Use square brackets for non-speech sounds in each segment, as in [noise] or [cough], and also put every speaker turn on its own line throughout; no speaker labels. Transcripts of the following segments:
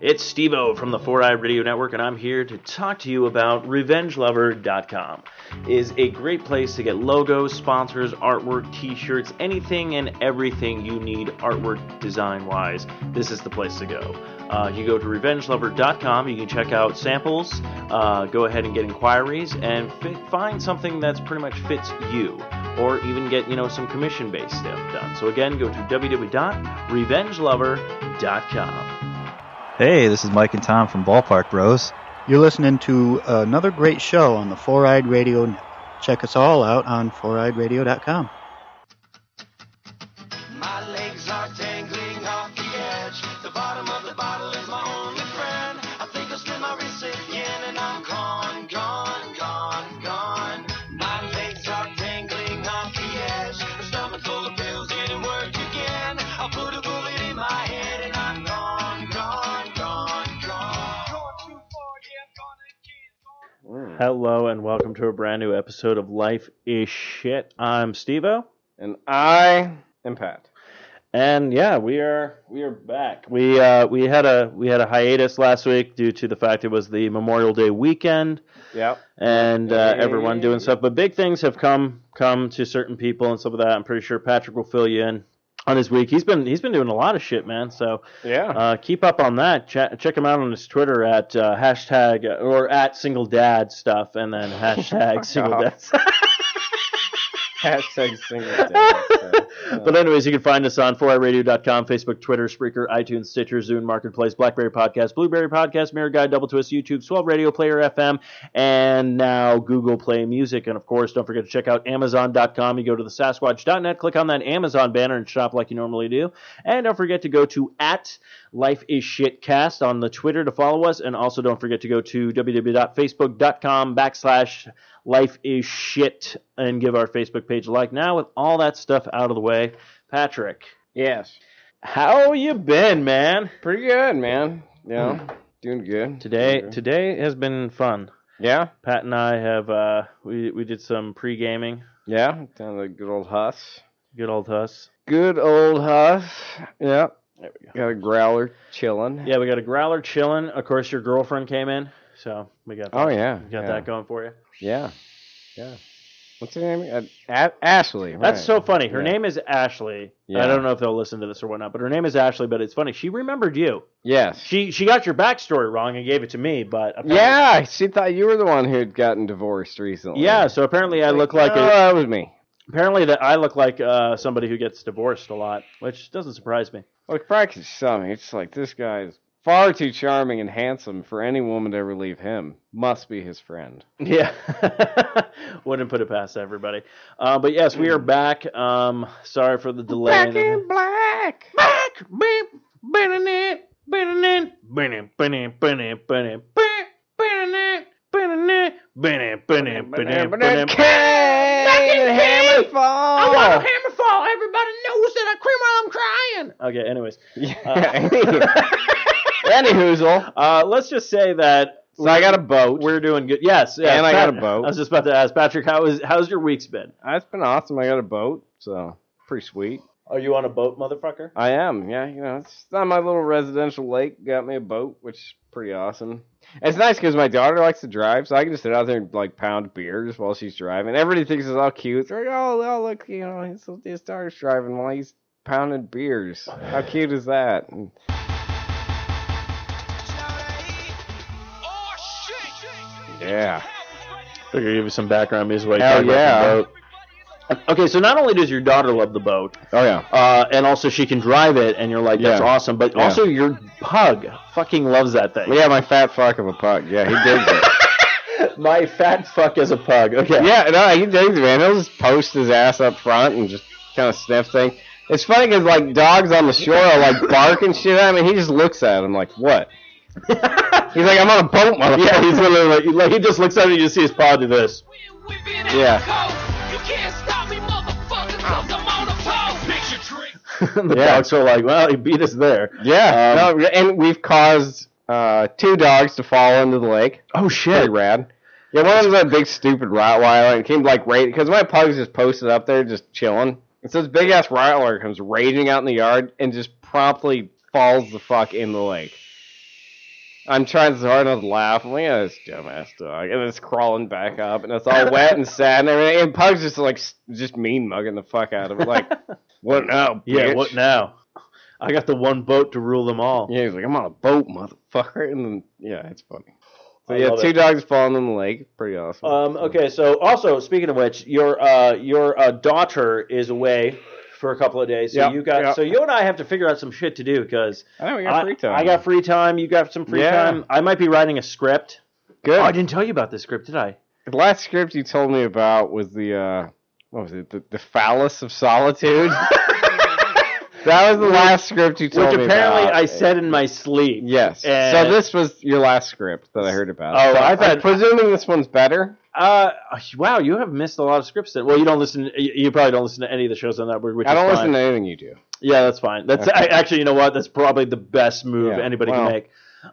It's Steve O from the Four Eye Radio Network, and I'm here to talk to you about RevengeLover.com. It is a great place to get logos, sponsors, artwork, t-shirts, anything and everything you need artwork design wise. This is the place to go. Uh, you go to RevengeLover.com. You can check out samples. Uh, go ahead and get inquiries and fi- find something that's pretty much fits you or even get you know some commission-based stuff done. So again, go to www.revengelover.com.
Hey, this is Mike and Tom from Ballpark Bros.
You're listening to another great show on the Four Eyed Radio Network. Check us all out on foureyedradio.com.
My legs are dangling off the edge. The bottom of the bottle is my only friend. I think I'll slit my wrists again and I'm gone, gone, gone, gone. My legs are dangling off the edge. A stomach full of pills didn't work again. I put a bullet in my head and I'm gone, gone, gone, gone. Gone too far, yeah, gone again.
Hello and welcome to a brand new episode of Life Is Shit. I'm Stevo,
And I am Pat.
and yeah, we are we are back. We uh, we had a we had a hiatus last week due to the fact it was the Memorial Day weekend.
Yep.
and uh, everyone doing
Hey.
stuff. But big things have come come to certain people and stuff of that. I'm pretty sure Patrick will fill you in on his week. He's been he's been doing a lot of shit, man. So
Yeah.
uh, keep up on that. Check, check him out on his Twitter at uh, hashtag uh, or at single dad stuff, and then
[laughs]
hashtag single
off.
dad.
Uh-huh. Hashtag single dad.
but anyways, you can find us on 4iRadio.com, Facebook, Twitter, Spreaker, iTunes, Stitcher, Zune, Marketplace, BlackBerry Podcast, Blueberry Podcast, Mirror Guide, Double Twist, YouTube, Swell Radio, Player FM, and now Google Play Music. And of course, don't forget to check out Amazon.com. You go to the Sasquatch.net, click on that Amazon banner, and shop like you normally do. And don't forget to go to at Life is Shitcast on the Twitter to follow us. And also don't forget to go to www.facebook.com backslash life is shit and give our Facebook page a like. Now with all that stuff out of the way, Patrick,
yes.
how you been, man?
Pretty good, man. Yeah. Doing good.
Hmm. Today
Doing good.
today has been fun.
yeah.
Pat and I have uh we we did some pre gaming.
Yeah. Down the good old Huss.
Good old us.
Good old Huss. Yep. Got a growler chilling.
Yeah, we got a growler chilling. Of course your girlfriend came in, so we got that.
Oh yeah.
We got
yeah.
that going for you.
Yeah. Yeah. What's her name? Uh, A- Ashley.
That's
right.
so funny. Her
Yeah.
name is Ashley. I
Yeah.
don't know if they'll listen to this or whatnot, but her name is Ashley. But it's funny. She remembered you.
Yes.
She she got your backstory wrong and gave it to me. But apparently-
Yeah, she thought you were the one who had gotten divorced recently.
yeah. So apparently I look like
oh,
a,
that was me.
apparently that I look like uh, somebody who gets divorced a lot, which doesn't surprise me.
Well, it probably could sum. It's just like this guy is far too charming and handsome for any woman to ever leave him. Must be his friend.
Yeah, wouldn't put it past everybody. Uh, but yes, we are back. Um, sorry for the delay.
black.
back, beep, beep, beep, beep, beep, beep, beep, beep, beep, beep, beep, beep, beep, beep, beep, beep.
Hammer fall.
hammer fall. Everybody knows that I cry while I'm crying. Okay, anyways.
[laughs] Yeah.
Uh,
Any hoozle.
uh, let's just say that
So I got a boat.
we're doing good. Yes, yes,
And I got
Pat-
a boat.
I was just about to ask Patrick, how is how's your week's been?
That's been awesome. I got a boat, so pretty sweet.
Are you on a boat, motherfucker?
I am, yeah. You know, it's not my little residential lake. Got me a boat, which is pretty awesome. And It's nice because my daughter likes to drive, so I can just sit out there and like pound beers while she's driving. Everybody thinks it's all cute. They're like, oh, oh look, you know, his, his daughter's driving while he's pounding beers. How cute is that? And
Oh shit!
Yeah.
Figure give you some background music. While
you Hell talk about the
Okay, so not only does your daughter love the boat,
oh yeah,
uh, and also she can drive it, and you're like, that's
Yeah.
awesome. But
Yeah.
also your pug fucking loves that thing.
yeah, my fat fuck of a pug. Yeah, he digs
[laughs]
it. [laughs]
My fat fuck is a pug. Okay.
Yeah, no, he digs it, man. He'll just post his ass up front and just kind of sniff things. It's funny because like dogs on the shore are like barking shit at him, and he just looks at him like, "What?" He's like, "I'm on a boat, motherfucker."
Yeah, [laughs]
[laughs]
he's literally like, like he just looks at me. You see his paw do this.
Yeah.
You can't stop me, motherfucker, cause I'm on a pole. Picture trick.
the
Yeah.
dogs are like, well, he beat us there.
yeah.
Um,
no, and we've caused uh, two dogs to fall into the lake.
Oh
Pretty
shit.
rad. Yeah, one of them's a big stupid Rottweiler, and it came like right because my pug's just posted up there, just chilling. And so this big ass Rottweiler comes raging out in the yard and just promptly falls the fuck in the lake. I'm trying so hard not to laugh. I'm like, yeah, this dumbass dog. And it's crawling back up, and it's all wet and sad and everything. And Pug's just like, s- just mean mugging the fuck out of
[laughs]
it. Like, what now?
Yeah,
bitch?"
what now? I got the one boat to rule them all.
Yeah, he's like, I'm on a boat, motherfucker. [laughs] And then, yeah, it's funny. So,
I
yeah,
love
two
it.
dogs falling in the lake. Pretty awesome.
Um, okay, so also speaking of which, your uh, your uh, daughter is away for a couple of days. So
Yep,
you got
yep.
so you and I have to figure out some shit to do because
I know, we got
I,
free time.
I got free time. You got some free
Yeah.
time. I might be writing a script.
good.
Oh, I didn't tell you about this script, did
[laughs]
I?
The last script you told me about was the uh, what was it? The, the phallus of solitude.
[laughs]
that was the last script you told
Which
me
apparently
about.
I said in my sleep.
Yes.
And-
so this was your last script that I heard about.
Oh,
So
I
I'm
thought-
presuming this one's better.
Uh, wow, you have missed a lot of scripts. That, well, you don't listen. You you probably don't listen to any of the shows on that. Which
I
is
don't
fine.
listen to anything you do.
Yeah, that's fine. That's
Okay.
I, actually, you know what? That's probably the best move
Yeah,
anybody
well.
can make.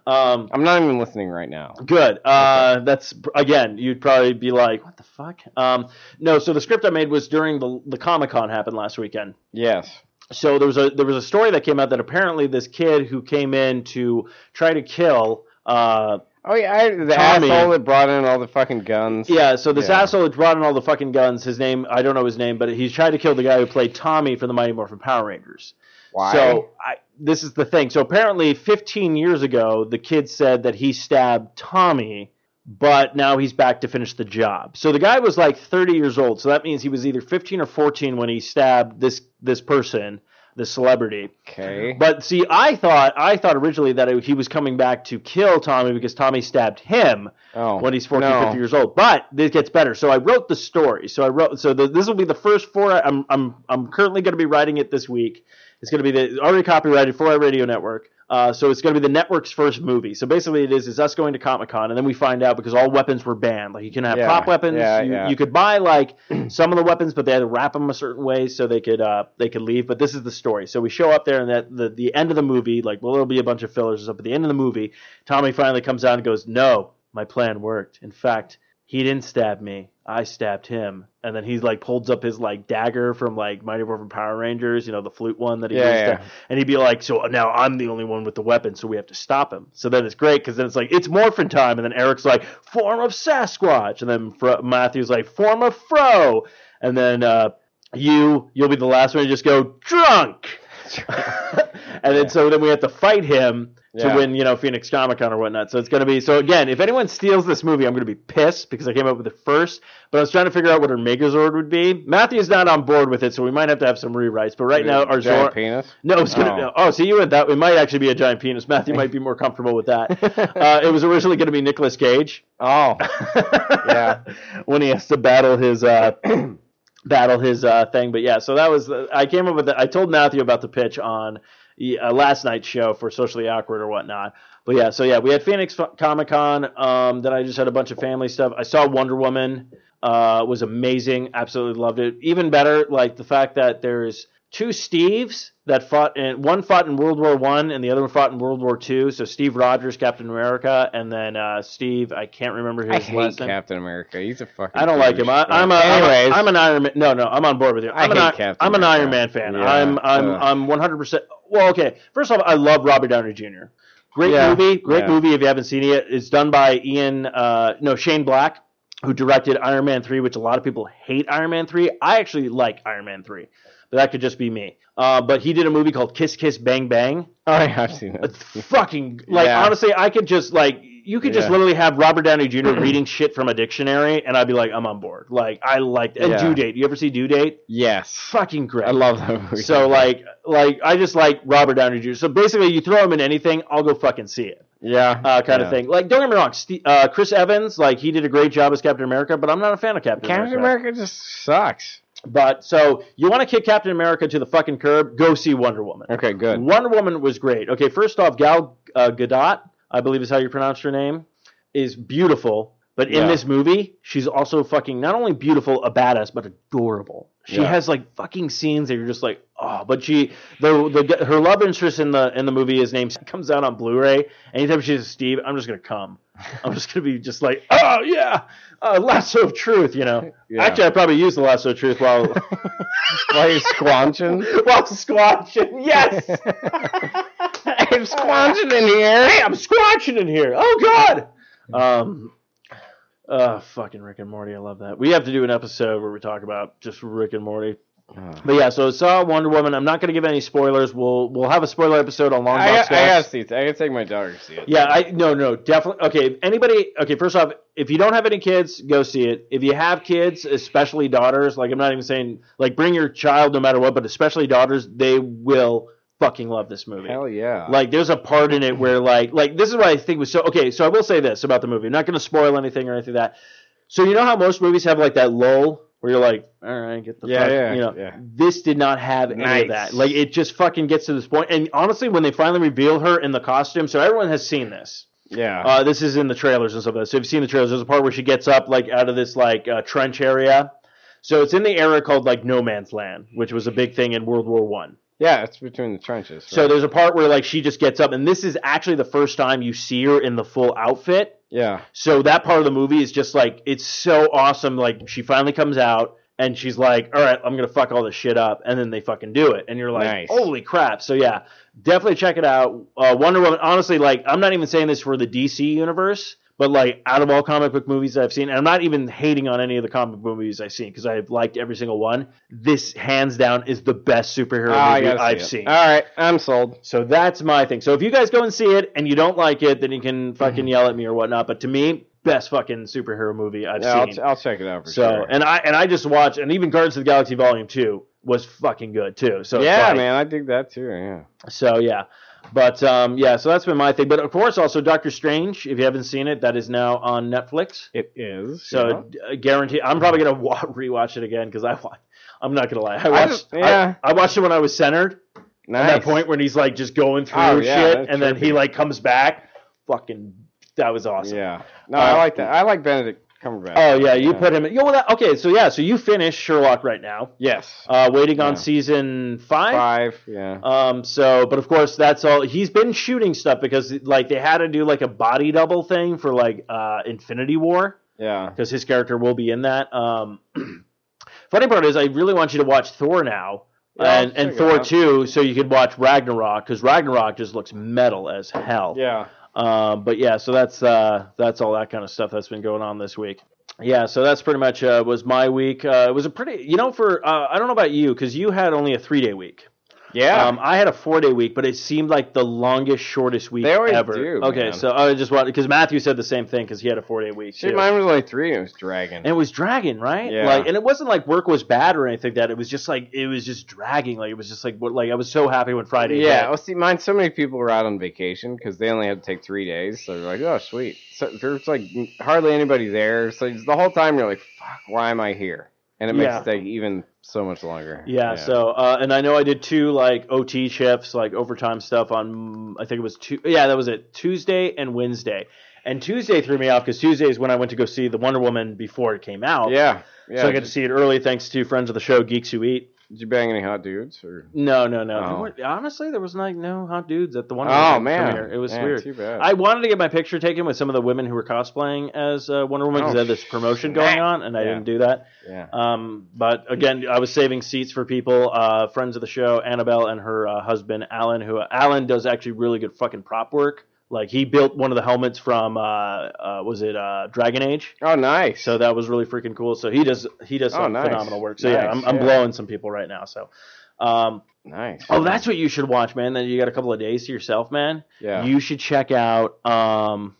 Um,
I'm not even listening right now.
good. Uh, that's again, you'd probably be like, "What the fuck?" Um, no. So the script I made was during the the Comic Con happened last weekend.
Yes.
So there was a there was a story that came out that apparently this kid who came in to try to kill. Uh,
Oh yeah, I, the
Tommy.
asshole that brought in all the fucking guns.
yeah, so this
Yeah.
asshole had brought in all the fucking guns. His name, I don't know his name, but he tried to kill the guy who played Tommy from the Mighty Morphin Power Rangers.
Why?
So I, this is the thing. So apparently, 15 years ago, the kid said that he stabbed Tommy, but now he's back to finish the job. So the guy was like 30 years old. So that means he was either 15 or 14 when he stabbed this this person, this celebrity.
okay.
But see, I thought I thought originally that it, he was coming back to kill Tommy because Tommy stabbed him
oh,
when he's 14,
no.
15 years old. But this gets better. So I wrote the story. So I wrote. So the, this will be the first four. I'm I'm I'm currently going to be writing it this week. It's going to be the already copyrighted for our radio network. Uh, so it's going to be the network's first movie. So basically, it is is us going to Comic Con, and then we find out because all weapons were banned. Like you can have
Yeah,
prop weapons.
yeah,
you,
yeah.
you could buy like [clears throat] some of the weapons, but they had to wrap them a certain way so they could uh, they could leave. But this is the story. So we show up there, and at the the end of the movie, like well, there'll be a bunch of fillers. and stuff. But at the end of the movie, Tommy finally comes out and goes, "No, my plan worked. In fact, he didn't stab me. I stabbed him." And then he like holds up his like dagger from like Mighty Morphin Power Rangers, you know, the flute one that he
Yeah,
used. to-
yeah.
and he'd be like, "So now I'm the only one with the weapon, so we have to stop him." So then it's great because then it's like it's morphin time, and then Eric's like, "Form of Sasquatch," and then Fro- Matthew's like, "Form of Fro," and then uh, you you'll be the last one to just go drunk. [laughs] and then so then we have to fight him to
Yeah.
win, you know, Phoenix Comic Con or whatnot. So it's gonna be so again, if anyone steals this movie, I'm gonna be pissed because I came up with it first. But I was trying to figure out what our Megazord would be. Matthew's not on board with it, so we might have to have some rewrites. But right now our
Giant
Zor-
penis.
no, it's gonna. Oh, see, you went that. It might actually be a giant penis. Matthew might be more comfortable with
[laughs]
that. Uh, it was originally going to be Nicolas Cage.
Oh,
yeah, [laughs] when he has to battle his uh, [clears throat] battle his uh, thing. But yeah, so that was. Uh, I came up with. The, I told Matthew about the pitch on uh, last night's show for socially awkward or whatnot. But yeah, so yeah, we had Phoenix Comic Con. Um, then I just had a bunch of family stuff. I saw Wonder Woman. Uh, was amazing. Absolutely loved it. Even better, like the fact that there's two Steves that fought in one fought in World War One and the other one fought in World War Two. So Steve Rogers, Captain America, and then uh, Steve. I can't remember his
I hate
last name.
Captain America. He's a fucking.
I don't like him. I,
douche.
I'm a.
Anyways,
I'm, a, I'm an Iron Man. No, no, I'm on board with you.
I
I'm an,
hate
Iron-
Captain
I'm an
America.
Iron Man fan.
Yeah,
I'm I'm
ugh.
I'm 100. percent Well, okay. First off, I love Robert Downey Jr. Great
Yeah,
movie. Great
yeah.
movie. If you haven't seen it, it's done by Ian. Uh, no, Shane Black, who directed Iron Man three, which a lot of people hate Iron Man three. I actually like Iron Man three, but that could just be me. Uh, but he did a movie called Kiss Kiss Bang Bang.
[laughs] Oh, yeah, I've seen that.
It's fucking like
Yeah.
honestly, I could just like you could just
Yeah.
literally have Robert Downey
[clears throat]
Jr. reading shit from a dictionary, and I'd be like, I'm on board. Like I liked and
Yeah.
due date. You ever see due date?
Yes,
Fucking great.
I [laughs] love that movie.
so like like I just like Robert Downey Jr. So basically, you throw him in anything, I'll go fucking see it.
yeah,
Uh, kind
yeah.
of thing. Like don't get me wrong, Ste uh, Chris Evans, like he did a great job as Captain America, but I'm not a fan of Captain,
Captain
America.
America just sucks.
But so you want to kick Captain America to the fucking curb? Go see Wonder Woman.
Okay, good.
Wonder Woman was great. Okay, first off, Gal uh, Gadot, I believe is how you pronounce her name, is beautiful. But in
Yeah.
this movie, she's also fucking not only beautiful, a badass, but adorable. She
Yeah.
has like fucking scenes that you're just like, oh. But she, the the her love interest in the in the movie is named [laughs] comes out on Blu-ray. Anytime she says Steve, I'm just gonna come. I'm just gonna be just like, oh yeah, uh, lasso of truth, you know.
[laughs] Yeah.
Actually, I probably used the lasso of truth while [laughs]
Why are you squanching? [laughs]
while squatching. Yes.
and I'm squanching
[laughs]
in here.
Hey, I'm squatching in here. Oh God. Um. Uh, fucking Rick and Morty. I love that. We have to do an episode where we talk about just Rick and Morty. But yeah, so saw Wonder Woman. I'm not going to give any spoilers. We'll we'll have a spoiler episode on Long
I,
Box
got- I
Cast.
gotta see it. I gotta take my daughter to see it.
Yeah, I no no definitely okay. If anybody okay? First off, if you don't have any kids, go see it. If you have kids, especially daughters, like I'm not even saying like bring your child no matter what, but especially daughters, they will fucking love this movie.
Hell yeah.
Like there's a part in it where like like this is what I think was so okay. So I will say this about the movie. I'm not going to spoil anything or anything like that. So you know how most movies have like that lull where you're like, all right, get the
Yeah,
fuck,
yeah,
you know.
yeah.
This did not have any
Nice.
of that. Like it just fucking gets to this point. And honestly, when they finally reveal her in the costume, so everyone has seen this.
yeah.
Uh, this is in the trailers and stuff like that. So if you've seen the trailers, there's a part where she gets up like out of this like uh, trench area. So it's in the era called like No Man's Land, which was a big thing in World War One.
yeah, it's between the trenches.
So
right?
there's a part where like she just gets up, and this is actually the first time you see her in the full outfit.
yeah.
So that part of the movie is just like it's so awesome. Like she finally comes out and she's like, "All right, I'm gonna fuck all this shit up," and then they fucking do it, and you're like,
Nice.
"Holy crap!" So yeah, definitely check it out. Uh, Wonder Woman. Honestly, like I'm not even saying this for the DC universe. But like out of all comic book movies that I've seen, and I'm not even hating on any of the comic book movies I've seen because I've liked every single one. This hands down is the best superhero
Ah, I
movie
gotta see
I've
it.
seen.
All right, I'm sold.
So that's my thing. So if you guys go and see it and you don't like it, then you
Mm-hmm.
can fucking yell at me or whatnot. But to me, best fucking superhero movie I've
Yeah, I'll,
seen.
t- I'll check it out for
so
sure.
and I and I just watched and even Guardians of the Galaxy Volume Two was fucking good too. So it's
yeah,
like-
man, I dig that too. Yeah.
So yeah. But um, yeah, so that's been my thing. But of course, also Doctor Strange. If you haven't seen it, that is now on Netflix.
It is.
So uh, guarantee, I'm probably gonna wa- [laughs] rewatch it again because I, wa- I'm not gonna lie, I watched,
just-
I-
yeah.
I watched it when I was centered,
nice.
at that point when he's like just going through
Oh, yeah,
shit
that's
and then he
trippy.
like comes back fucking that was awesome
Yeah. No,
Uh,
I like that. I like Benedict Cumberbatch.
oh yeah you put him in yo well, that, okay so yeah so you finish sherlock right now
yes
uh waiting on
Yeah.
season five,
five. Yeah.
um so but of course that's all he's been shooting stuff because like they had to do like a body double thing for like uh infinity war
yeah.
because his character will be in that. Um, [clears throat] funny part is, I really want you to watch Thor now
Yeah,
and,
I'll
and
check it
Thor
out.
two, so you could watch Ragnarok because Ragnarok just looks metal as hell.
Yeah.
Um, but yeah, so that's uh, that's all that kind of stuff that's been going on this week. Yeah, so that's pretty much uh, was my week. Uh, it was a pretty, you know, for uh, I don't know about you because you had only a three day week.
Yeah.
Um, I had a four day week, but it seemed like the longest, shortest week
They always
ever.
do,
okay,
man.
so I just want because Matthew said the same thing because he had a four day week.
Shit,
too.
mine was only three. and It was dragging.
And it was dragging, right?
Yeah.
Like, and it wasn't like work was bad or anything like that. It was just like it was just dragging. Like it was just like what? Like I was so happy when Friday.
yeah.
hit.
Well, see, mine. So many people were out on vacation because they only had to take three days. So they're like, oh, sweet. So there's like hardly anybody there. So the whole time you're like, fuck, why am I here? And it makes
Yeah.
it take even so much longer.
Yeah, So, uh, and I know I did two like OT shifts, like overtime stuff on. I think it was two. Yeah, that was it. Tuesday and Wednesday. And Tuesday threw me off because Tuesday is when I went to go see the Wonder Woman before it came out.
Yeah. Yeah.
So I got
did,
to see it early, thanks to friends of the show, Geeks Who Eat.
did you bang any hot dudes or?
No, no, no. There
Oh.
weren't- honestly, there was like no hot dudes at the Wonder Woman
Oh man,
premiere. It was
Man,
weird.
Too bad.
I wanted to get my picture taken with some of the women who were cosplaying as uh, Wonder Woman because
Oh,
they had this promotion
snap.
going on, and I
Yeah.
didn't do that.
yeah.
Um, but again, I was saving seats for people, uh, friends of the show, Annabelle and her uh, husband Alan. Who Alan does actually really good fucking prop work. Like he built one of the helmets from uh, uh, was it uh, Dragon Age?
Oh, nice.
So that was really freaking cool. So he does he does
Oh,
some
nice.
phenomenal work. So yeah,
Nice,
I'm, I'm
yeah.
blowing some people right now. So. Um,
nice.
oh, that's what you should watch, man. Then you got a couple of days to yourself, man
yeah.
you should check out um,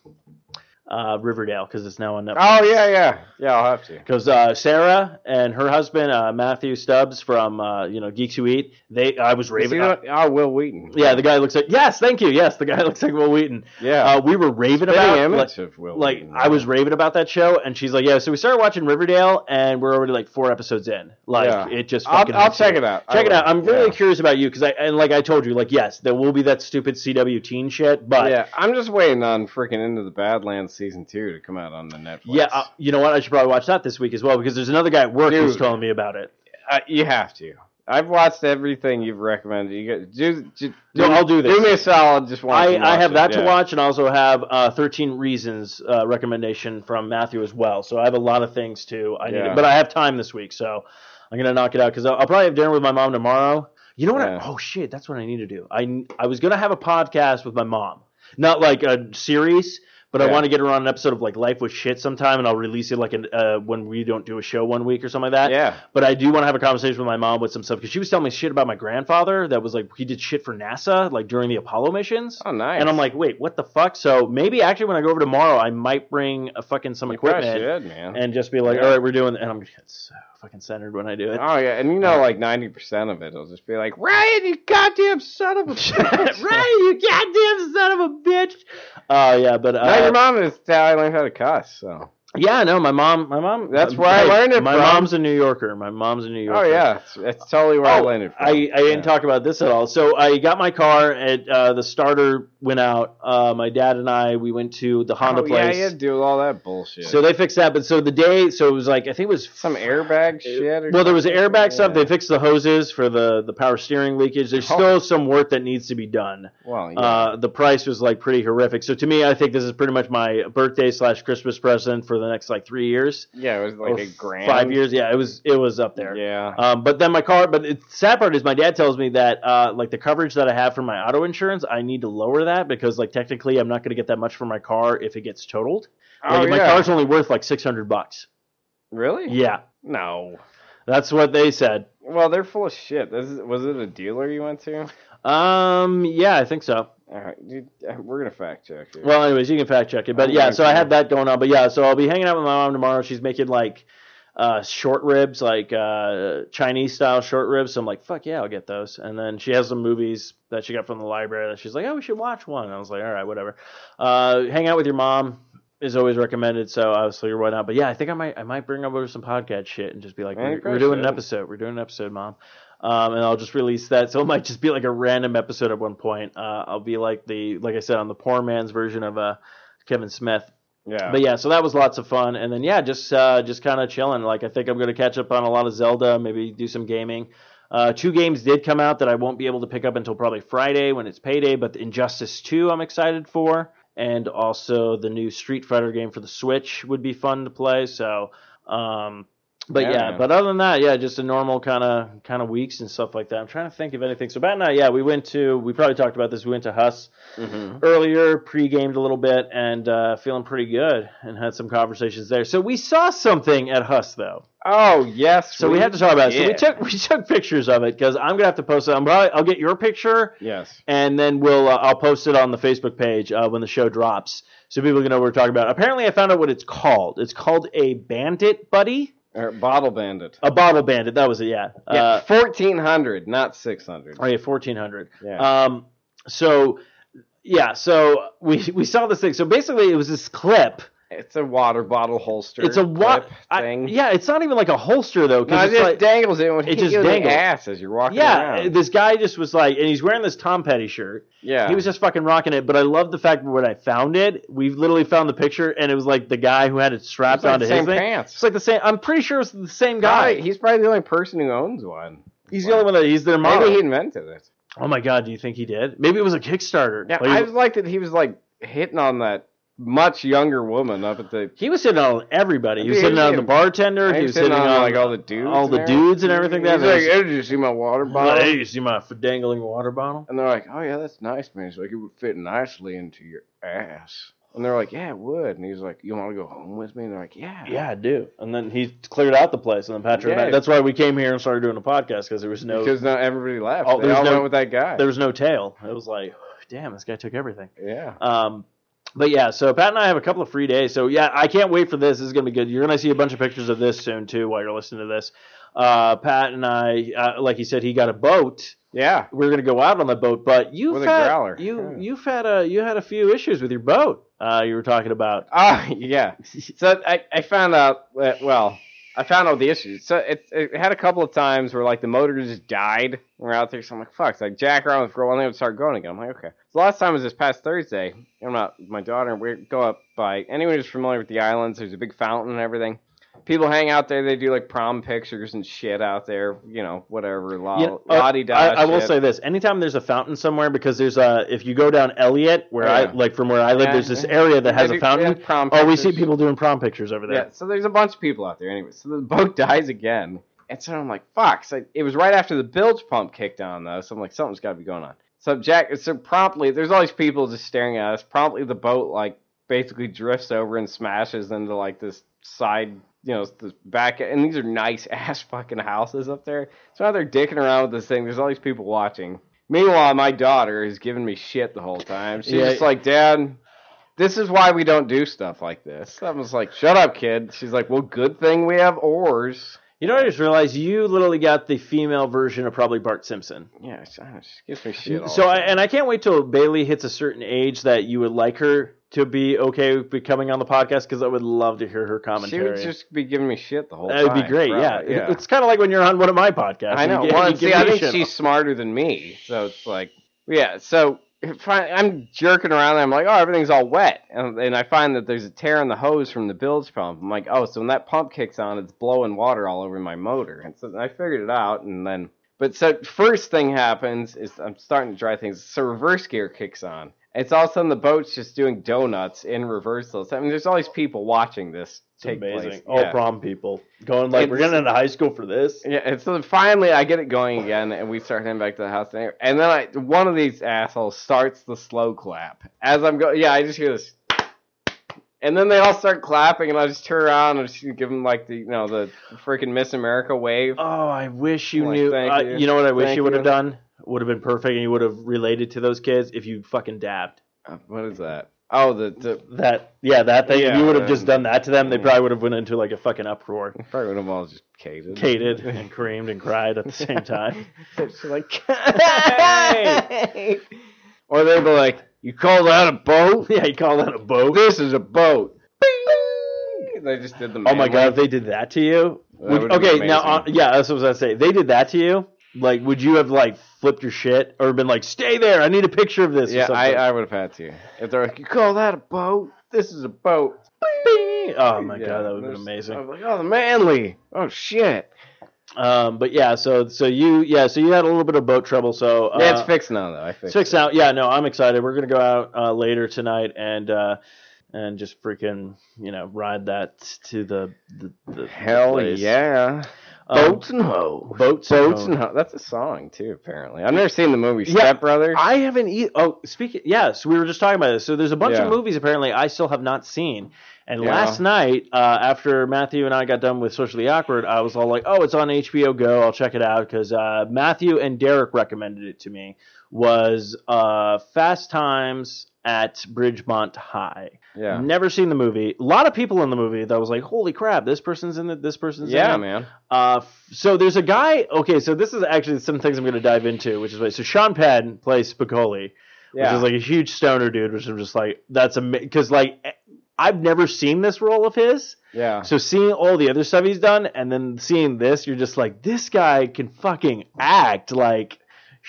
uh, Riverdale because it's now on Netflix.
oh yeah, yeah, yeah. I'll have to.
Because uh, Sarah and her husband uh, Matthew Stubbs from uh, you know Geeks Who Eat, they I was
Is he
raving.
not- oh, Will Wheaton.
uh, yeah, the guy looks like yes, thank you. Yes, the guy [laughs] looks like Will Wheaton.
yeah.
Uh, we were raving
Spitting
about like,
image of Will
like
Wheaton,
I was raving about that show, and she's like, yeah. So we started watching Riverdale, and we're already like four episodes in. Like
Yeah.
it just
I'll,
fucking.
I'll
hits you.
check it out. I
Check it
will.
out. I'm really
Yeah.
curious about you because I and like I told you, like yes, there will be that stupid CW teen shit, but
yeah, I'm just waiting on freaking Into the Badlands season two to come out on the Netflix.
Yeah, uh, you know what? I should probably watch that this week as well because there's another guy at work who's
Dude.
telling me about it.
Uh, you have to. I've watched everything you've recommended. You got, do, do,
No, I'll do this.
Do me a solid. Just watch
I,
and
I
watch
have
it,
that to
yeah.
watch and also have uh, 13 Reasons uh, recommendation from Matthew as well. So I have a lot of things to I need,
Yeah.
but I have time this week, so I'm gonna knock it out because I'll, I'll probably have dinner with my mom tomorrow. You know what?
Yeah.
I, oh shit, that's what I need to do. I I was gonna have a podcast with my mom, not like a series, but I
Yeah.
want to get her on an episode of like Life with Shit sometime, and I'll release it like an, uh, when we don't do a show one week or something like that.
Yeah.
But I do want to have a conversation with my mom with some stuff because she was telling me shit about my grandfather that was like he did shit for NASA like during the Apollo missions.
Oh, nice.
And I'm like, wait, what the fuck? So maybe actually when I go over tomorrow, I might bring a fucking some
You probably
equipment
should, man.
and just be like,
Yeah.
all right, we're doing, and I'm it's so fucking centered when I do [laughs] it.
Oh yeah, and you know, like ninety percent of it will just be like, Ryan, you goddamn
[laughs]
son of a bitch.
right, you goddamn son of a bitch. Oh yeah, but
Now your
uh,
mom is I learned how to cuss. So.
yeah, no, my mom, my mom.
That's
uh,
where I
hey,
learned it
My
from.
mom's a New Yorker. My mom's a New Yorker.
Oh yeah, it's- that's totally where I
Oh,
landed. From.
I, I didn't
Yeah.
talk about this at all. So I got my car. At uh, the starter went out. Uh, my dad and I we went to the Honda
oh,
place.
Yeah, you do all that bullshit.
So they fixed that. But so the day, so it was like I think it was
some airbag shit. Or
Well, there was
something?
airbag stuff.
Yeah.
They fixed the hoses for the the power steering leakage. There's
Oh.
still some work that needs to be done.
Well, yeah.
Uh, the price was like pretty horrific. So to me, I think this is pretty much my birthday slash Christmas present for the next like three years,
yeah, it was like
or
a grand.
five years. Yeah, it was it was up there.
Yeah.
Um, but then my car. But the sad part is my dad tells me that uh, like the coverage that I have for my auto insurance, I need to lower that because like technically I'm not going to get that much for my car if it gets totaled. Like
oh,
my
yeah.
car's only worth like six hundred
[laughs]
bucks.
really?
Yeah,
No.
that's what they said.
Well, they're full of shit. This is, was it a dealer you went to?
Um, yeah, I think so.
All right, dude, uh, we're gonna fact check. here.
Well, anyways, you can fact check it. But
I'm
yeah,
not
so I
sure.
had that going on. But yeah, so I'll be hanging out with my mom tomorrow. She's making like uh, short ribs, like uh, Chinese style short ribs. So I'm like, fuck yeah, I'll get those. And then she has some movies that she got from the library that she's like, oh, we should watch one. And I was like, all right, whatever. Uh, hang out with your mom is always recommended. So obviously, or whatnot. But yeah, I think I might I might bring over some podcast shit and just be like,
Man, you
we're,
probably
we're doing an
should.
episode. We're doing an episode, mom. Um, and I'll just release that. So it might just be like a random episode at one point. Uh, I'll be like the like I said on the poor man's version of uh, Kevin Smith.
yeah.
But yeah, so that was lots of fun. And then yeah, just uh, just kind of chilling. Like I think I'm gonna catch up on a lot of Zelda. Maybe do some gaming. Uh, two games did come out that I won't be able to pick up until probably Friday when it's payday. But the Injustice 2, I'm excited for, and also the new Street Fighter game for the Switch would be fun to play. So, um, but
Yeah,
yeah,
man.
but other than that, yeah, just a normal kind of kind of weeks and stuff like that. I'm trying to think of anything. So, Bat and I, yeah, we went to we probably talked about this. We went to Huss
Mhm.
earlier, pre-gamed a little bit, and uh, feeling pretty good, and had some conversations there. So we saw something at Huss though,
Oh yes.
so we had to talk about it. So we
did.
took we took pictures of it because I'm gonna have to post it. I'm probably I'll get your picture,
Yes.
and then we'll uh, I'll post it on the Facebook page uh, when the show drops, so people can know what we're talking about. Apparently, I found out what it's called. It's called a bandit buddy,
Or bottle bandit.
a bottle bandit. That was it, yeah.
yeah,
Uh,
fourteen hundred, not six hundred.
oh yeah, fourteen hundred.
Yeah.
Um, so yeah, so we we saw this thing. So basically, it was this clip.
it's a water bottle holster.
It's a what?
clip thing.
yeah, it's not even like a holster though.
No, it
'cause
just
it's like,
dangles it. When
it
it
just
just dangles.
dangles.
ass as you're walking
yeah,
around.
this guy just was like, and he's wearing this Tom Petty shirt.
yeah.
He was just fucking rocking it. But I love the fact that when I found it, we literally found the picture, and it was like the guy who had it strapped
It's like
onto
the
his
same
thing.
pants.
It's like the same. I'm pretty sure it's the same guy.
Probably- he's probably the only person who owns one.
he's the only one that he's their model.
Maybe he invented it.
oh my god, do you think he did? Maybe it was a Kickstarter.
Yeah,
Like,
I just liked that he was like hitting on that much younger woman up at the.
he was hitting on everybody. He was
Dude,
hitting
he-
on the bartender. He was hitting on,
like all the dudes,
all the
and
dudes and everything that
He's like,
is.
"Oh, did you see my water bottle?
Hey, you see my dangling water bottle?
And they're like, oh yeah, that's nice, man. He's like, it would fit nicely into your ass. And they're like, yeah, it would. And he's like, you want to go home with me? And they're like, yeah.
Yeah, I do. And then he cleared out the place, and then Patrick.
Yeah.
That's why we came here and started doing a podcast because there was no
Because not everybody left.
Oh,
they
there's
all
no-
went with that guy.
there was no tail. It was like, damn, this guy took everything.
Yeah.
Um, but yeah, so Pat and I have a couple of free days. So yeah, I can't wait for this. This is gonna be good. You're gonna see a bunch of pictures of this soon too while you're listening to this. Uh, Pat and I, uh, like he said, he got a boat.
Yeah.
We are gonna go out on the boat, but you
With a
had
growler,
you
yeah.
you've had a you had a few issues with your boat. Uh, you were talking about.
Ah, yeah. So I, I found out that, well, I found out the issues. So it, it had a couple of times where, like, the motor just died. We're out there, so I'm like, fuck. So I jack around with it for a while, and then it would start going again. I'm like, okay. So last time was this past Thursday. I'm out with my daughter, and we go up by, anyone who's familiar with the islands, there's a big fountain and everything. People hang out there. They do, like, prom pictures and shit out there. You know, whatever. La,
You know, uh,
la di da.
I, I will say this: anytime there's a fountain somewhere, because there's a if you go down Elliott, where I
Yeah.
like from where I live,
Yeah,
there's this
yeah.
area that has
They
a
do-
fountain.
they have prom
Oh, we see
pictures.
people doing prom pictures over there.
Yeah, so there's a bunch of people out there anyway. So the boat [laughs] dies again. And so I'm like, fuck. So it was right after the bilge pump kicked on, though. So I'm like, something's got to be going on. So Jack, so promptly, there's all these people just staring at us. Promptly, the boat like basically drifts over and smashes into like this side, you know, this back. And these are nice [laughs] ass fucking houses up there. So now they're dicking around with this thing. There's all these people watching. Meanwhile, my daughter is giving me shit the whole time. She's
Yeah.
just like, Dad, this is why we don't do stuff like this. I was like, shut up, kid. She's like, well, good thing we have oars.
You know, I just realized you literally got the female version of probably Bart Simpson.
Yeah, she, I don't know, she gives me shit. All
So,
the
I,
time.
and I can't wait till Bailey hits a certain age that you would like her to be okay with be coming on the podcast because I would love to hear her
she would
commentary.
just be giving me shit the whole
that would
time.
be great.
bro.
Yeah, It- it's kind of like when you're on one of my podcasts.
I
You
know.
get-
Well,
you
and
give
see, I
me
think
shit.
she's smarter than me, so it's like, yeah. So if I, I'm jerking around, and I'm like, oh, everything's all wet, and, and I find that there's a tear in the hose from the bilge pump. I'm like, oh, so when that pump kicks on, it's blowing water all over my motor, and so I figured it out, and then. But so first thing happens is I'm starting to dry things. So reverse gear kicks on. It's all of a sudden the boat's just doing donuts in reversals. I mean, there's all these people watching this
It's
take
amazing. Oh,
place.
All
Yeah.
prom people going like, we're
It's-
getting into high school for this.
Yeah, and so finally I get it going again, and we start heading back to the house. And and then I, one of these assholes starts the slow clap. As I'm going, yeah, I just hear this. And then they all start clapping, and I just turn around and just give them, like, the, you know, the freaking Miss America wave.
Oh, I wish you
Like,
knew.
thank
uh,
you.
know what I wish
Thank
you would have
you.
done? Would have been perfect, and you would have related to those kids if you fucking dabbed
Uh, What is that? Oh, the, the
that. Yeah, that thing. if
Yeah,
you would have
then-
just done that to them, they
yeah.
probably would have went into like a fucking uproar,
probably would have all just cated. [laughs]
cated and screamed and cried at the same time.
She's like, [laughs] "Hey!" Or they'd be like, you call that a
[laughs]
boat?
yeah, you call that a boat?
This is a boat. Bing! They just did the
Oh my
man
god,
wave.
if they did that to you,
That
would-
would've
okay,
been
now uh,
amazing.
yeah, that's what I was gonna say. They did that to you, like, would you have like flipped your shit or been like, "Stay there, I need a picture of this"?
Yeah,
or
I,
something?
I would have had to. If they're like, you call that a boat? This is a boat.
oh my
Yeah,
god, that would have been
there's-
amazing.
I was like, oh, the manly. Oh shit.
Um, but yeah, so so you yeah, so you had a little bit of boat trouble. So uh,
yeah, it's fixed now though. I
it's
fixed.
fixed out. Yeah, no, I'm excited. We're gonna go out uh, later tonight and uh, and just freaking you know ride that to the the, the
it. Hell
place.
yeah.
Um,
boats and hoes.
boats and
Boats and hoes. That's a song too. Apparently, I've never seen the movie
Yeah,
Step Brothers.
I haven't. E- oh, speaking. Yes, we were just talking about this. So there's a bunch
Yeah.
of movies apparently I still have not seen. And
Yeah.
last night, uh, after Matthew and I got done with Socially Awkward, I was all like, "Oh, it's on HBO Go. I'll check it out." Because uh, Matthew and Derek recommended it to me. Was uh, Fast Times at Bridgemont High.
yeah.
Never seen the movie. A lot of people in the movie that was like, "Holy crap! This person's in it. This person's in it."
Yeah, man.
Uh, f- so there's a guy. Okay, so this is actually some things I'm going to dive into, which is why. So Sean Penn plays Spicoli,
Yeah.
which is like a huge stoner dude, which I'm just like, that's amazing. Because like, eh, I've never seen this role of his.
yeah.
So seeing all the other stuff he's done, and then seeing this, you're just like, this guy can fucking act like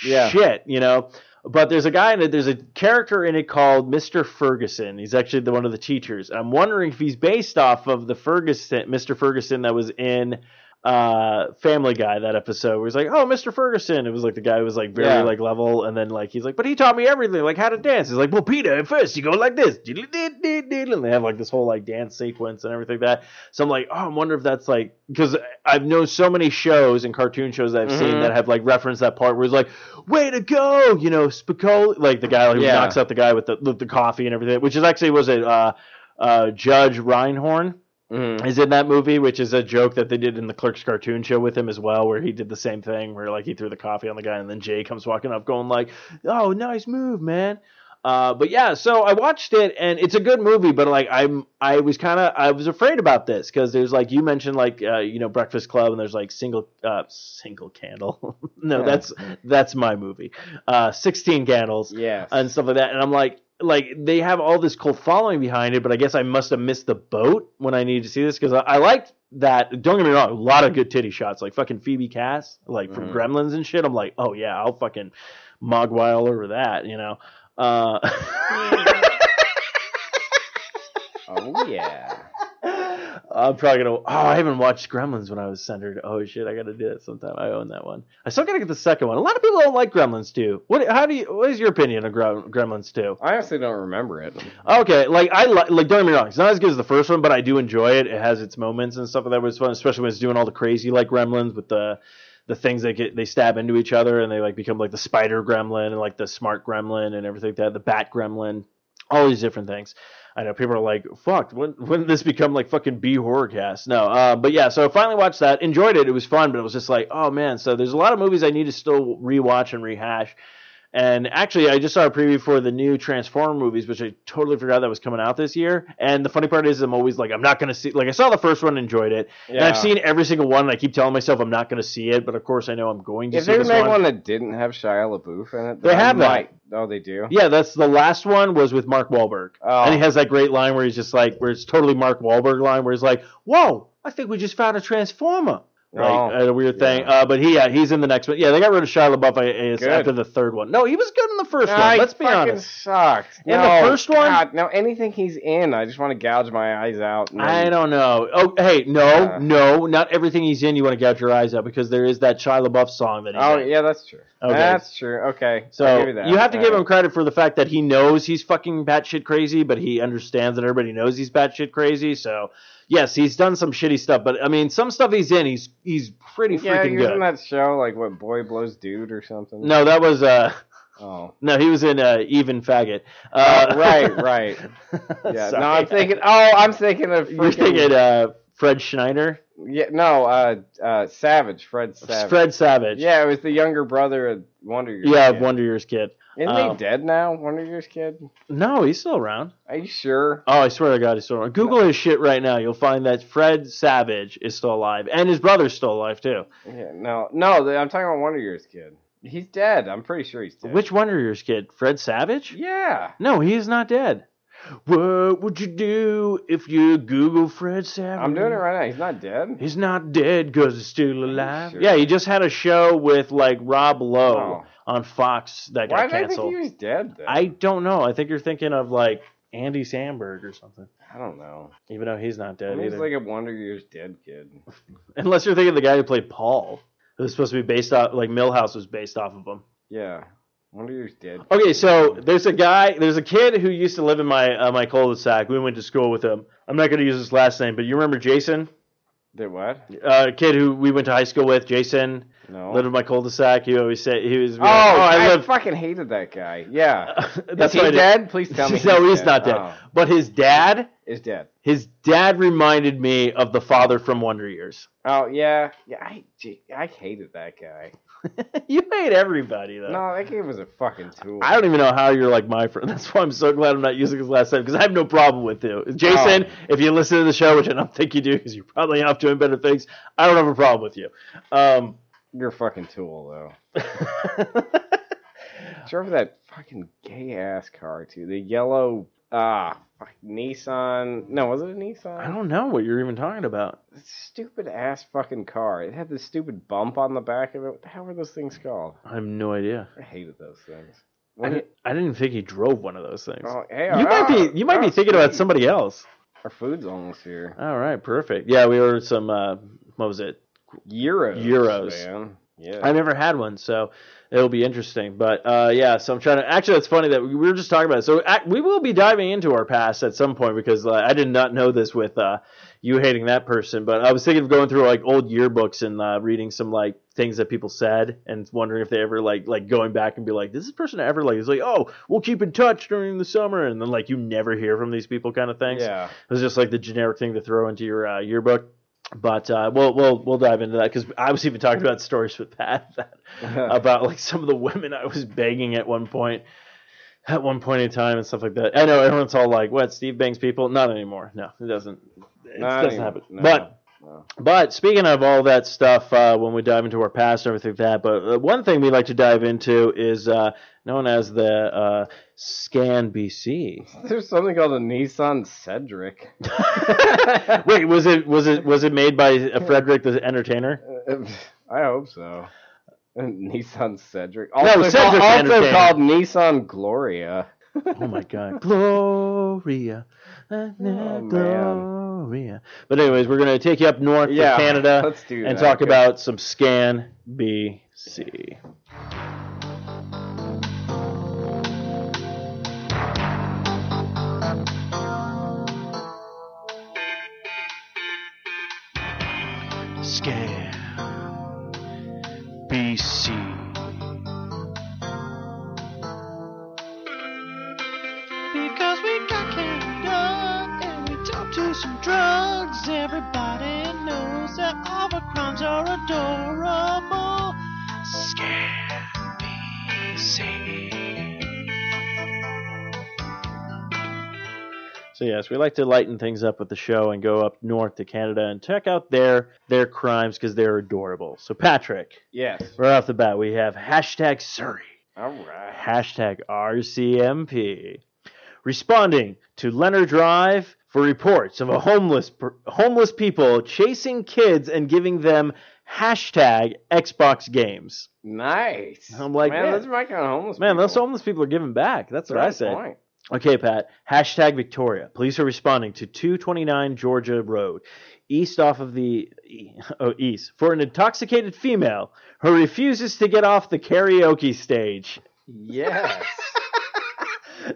Yeah.
shit, you know. But there's a guy in it. There's a character in it called Mr. Ferguson. He's actually the one of the teachers. I'm wondering if he's based off of the Ferguson, Mr. Ferguson that was in uh Family Guy that episode where he's like, "Oh, Mr. Ferguson." It was like the guy who was like very
Yeah.
like level, and then like he's like, "But he taught me everything, like how to dance." He's like, "Well, Peter, at first you go like this, diddly-did-did-did," and they have like this whole like dance sequence and everything like that." So I'm like, "Oh, I wonder if that's like because I've known so many shows and cartoon shows that I've seen
Mhm.
that have like referenced that part where it's like, "Way to go," you know, Spicoli, like the guy who
Yeah.
knocks out the guy with the with the coffee and everything, which is actually was it uh, uh, Judge Reinhorn
Mhm.
is in that movie, which is a joke that they did in the Clerks cartoon show with him as well, where he did the same thing, where like he threw the coffee on the guy, and then Jay comes walking up, going like, "Oh, nice move, man." Uh, but yeah, so I watched it, and it's a good movie, but like I'm, I was kind of, I was afraid about this because there's like you mentioned like uh, you know Breakfast Club, and there's like single, uh, single candle. [laughs] no,
Yeah.
that's that's my movie. Uh, Sixteen candles
Yes.
and stuff like that. And I'm like, like they have all this cult following behind it, but I guess I must have missed the boat when I needed to see this because I, I liked that. Don't get me wrong, a lot of good titty shots, like fucking Phoebe Cass, like from
Mhm.
Gremlins and shit. I'm like, oh yeah, I'll fucking mogwai all over that, you know. Uh, [laughs]
oh yeah.
I'm probably gonna. Oh, I haven't watched Gremlins when I was centered. Oh shit, I gotta do that sometime. I own that one. I still gotta get the second one. A lot of people don't like Gremlins 2. What? How do you? What is your opinion of Grem- Gremlins 2?
I honestly don't remember it.
Okay, like I li- like. Don't get me wrong. It's not as good as the first one, but I do enjoy it. It has its moments and stuff that was fun, especially when it's doing all the crazy like Gremlins with the the things they get they stab into each other and they like become like the spider gremlin and like the smart gremlin and everything like that the bat gremlin, all these different things. I know people are like, "Fuck, when when did this become like fucking B horror cast?" No, uh, but yeah, so I finally watched that, enjoyed it. It was fun, but it was just like, oh man. So there's a lot of movies I need to still rewatch and rehash. And actually, I just saw a preview for the new Transformer movies, which I totally forgot that was coming out this year. And the funny part is, I'm always like, I'm not going to see. Like, I saw the first one, and enjoyed it, and I've seen every single one. And I keep telling myself I'm not going to see it, but of course, I know I'm going to
If
see
they
this
made
one.
one that didn't have Shia LaBeouf in it,
They
then I
have that.
might- Oh, they do.
Yeah, that's the last one was with Mark Wahlberg.
Oh.
And he has that great line where he's just like, where it's totally Mark Wahlberg line, where he's like, "Whoa, I think we just found a transformer." Like
Oh,
a weird
yeah.
thing. Uh, but he yeah, he's in the next one. Yeah, they got rid of Shia LaBeouf I- I-
Good.
after the third one. No, he was good in the first
Nah,
one.
he
Let's be
fucking
honest.
Sucked.
In the
No,
first one-
God, no, anything he's in, I just want to gouge my eyes out. and
I
then-
don't know. Oh, hey, no,
Yeah.
no, not everything he's in. You want to gouge your eyes out because there is that Shia LaBeouf song that he's
Oh
in.
yeah, that's true.
Okay.
That's true. Okay, I'll
So
give that.
you have to give
All
him credit for the fact that he knows he's fucking batshit crazy, but he understands that everybody knows he's batshit crazy. So yes, he's done some shitty stuff, but I mean, some stuff he's in, he's he's pretty
right. Yeah, he
freaking
was in
good.
that show like what boy blows dude or something.
No, that was uh,
Oh.
no, he was in uh, even faggot. Uh,
Oh, right,
[laughs]
right. Yeah. no, I'm thinking. Oh, I'm thinking of.
You're
Freaking,
thinking uh, Fred Schneider,
Yeah. No. Uh. Uh. Savage. Fred Savage.
Fred Savage.
Yeah, it was the younger brother of Wonder Years.
yeah,
Kid.
Wonder Years kid.
Isn't
um,
he dead now? Wonder Years kid.
No, he's still around.
Are you sure?
Oh, I swear to God, he's still around. Google his shit right now. You'll find that Fred Savage is still alive, and his brother's still alive too.
Yeah. No. No. the- I'm talking about Wonder Years kid. He's dead. I'm pretty sure he's dead.
Which Wonder Years kid? Fred Savage?
Yeah.
No, he is not dead. What would you do if you Google Fred Savage?
I'm doing it right now. He's not dead.
He's not dead because he's still alive.
sure?
Yeah, he just had a show with like Rob Lowe
Oh.
on Fox that
Why
got
did I think
canceled.
he was dead? Then?
I don't know. I think you're thinking of like Andy Samberg or something.
I don't know.
Even though he's not dead
He was
either.
like a Wonder Years dead kid.
Unless you're thinking of the guy who played Paul. It was supposed to be based off like Millhouse was based off of him.
Yeah. Wonder Years dead.
Okay, so there's a guy, there's a kid who used to live in my uh, my cul-de-sac. We went to school with him. I'm not going to use his last name, but you remember Jason,
Did what?
a kid who we went to high school with. Jason
No.
lived in my cul-de-sac. He always said he was.
oh, I,
live.
fucking hated that guy.
[laughs]
Yeah.
That's what
Is he
I did.
dead? Please tell me.
[laughs] no, he's not dead.
Oh,
But his dad,
is dead.
his dad reminded me of the father from Wonder Years. [laughs]
Oh yeah, yeah. I gee, I hated that guy.
you hate everybody though.
No, that kid was a fucking tool.
I don't even know how you're like my friend. [laughs] That's why I'm so glad I'm not using his last name because I have no problem with you, Jason. If you listen to the show, which I don't think you do, because you're probably off doing better things, I don't have a problem with you. Um, [laughs]
You're a fucking tool though. Drove that fucking gay ass car too. The yellow ah fuck, Nissan. No, was it a Nissan?
I don't know what you're even talking about.
That stupid ass fucking car. It had this stupid bump on the back of it. What the hell were those things called?
I have no idea.
I hated those things.
I didn't, I didn't even think he drove one of those things.
Oh, hey,
you might
ah,
be you might be
ah,
thinking about
sweet.
somebody else.
Our food's almost here.
All right, perfect. Yeah, we ordered some. Uh, what was it?
Euros.
Euros.
Man. Yeah.
I never had one, so it'll be interesting. But uh, yeah, so I'm trying to. Actually, it's funny that we were just talking about it. So ac- we will be diving into our past at some point because uh, I did not know this with uh, you hating that person. But I was thinking of going through like old yearbooks and uh, reading some like things that people said and wondering if they ever like like going back and be like, does this person ever like? It's like, oh, we'll keep in touch during the summer, and then like you never hear from these people, kind of things.
Yeah.
[laughs] It was just like the generic thing to throw into your uh, yearbook. But uh, we'll we'll we'll dive into that because I was even talking about stories with Pat [laughs] that, about like some of the women I was begging at one point, at one point in time and stuff like that. I know everyone's all like, "What Steve bangs people?" Not anymore. No, it doesn't. It
Not
doesn't
anymore.
happen.
No.
But
No.
but speaking of all that stuff, uh, when we dive into our past and everything like that, but uh, one thing we like to dive into is uh, known as the uh, Scan BC.
[laughs] There's something called a Nissan Cedric.
[laughs] Wait, was it was it was it made by uh, Frederick the Entertainer?
[laughs] I hope so. A Nissan Cedric.
No,
Also,
Cedric's
called, also
entertaining.
called Nissan Gloria.
Oh my God, Gloria,
man.
Gloria. Maria. But anyways, we're gonna take you up north
Yeah,
to Canada
let's do
and
that,
talk
okay.
about some Scan BC.
Scam. BC. Because we got carried up and we talked to some drugs. Everybody knows that all the crimes are adorable. Scam. BC.
So yes, we like to lighten things up with the show and go up north to Canada and check out their their crimes because they're adorable. So Patrick,
Yes.
right off the bat, we have hashtag Surrey,
All right.
hashtag RCMP, responding to Leonard Drive for reports of a homeless per- homeless people chasing kids and giving them hashtag Xbox games.
Nice.
I'm like,
man,
man.
those are my kind of homeless.
Man,
people.
those homeless people are giving back. That's what
Good
I say.
point.
Okay, Pat. Hashtag Victoria. Police are responding to 229 Georgia Road, east off of the oh, east for an intoxicated female who refuses to get off the karaoke stage.
Yes.
[laughs]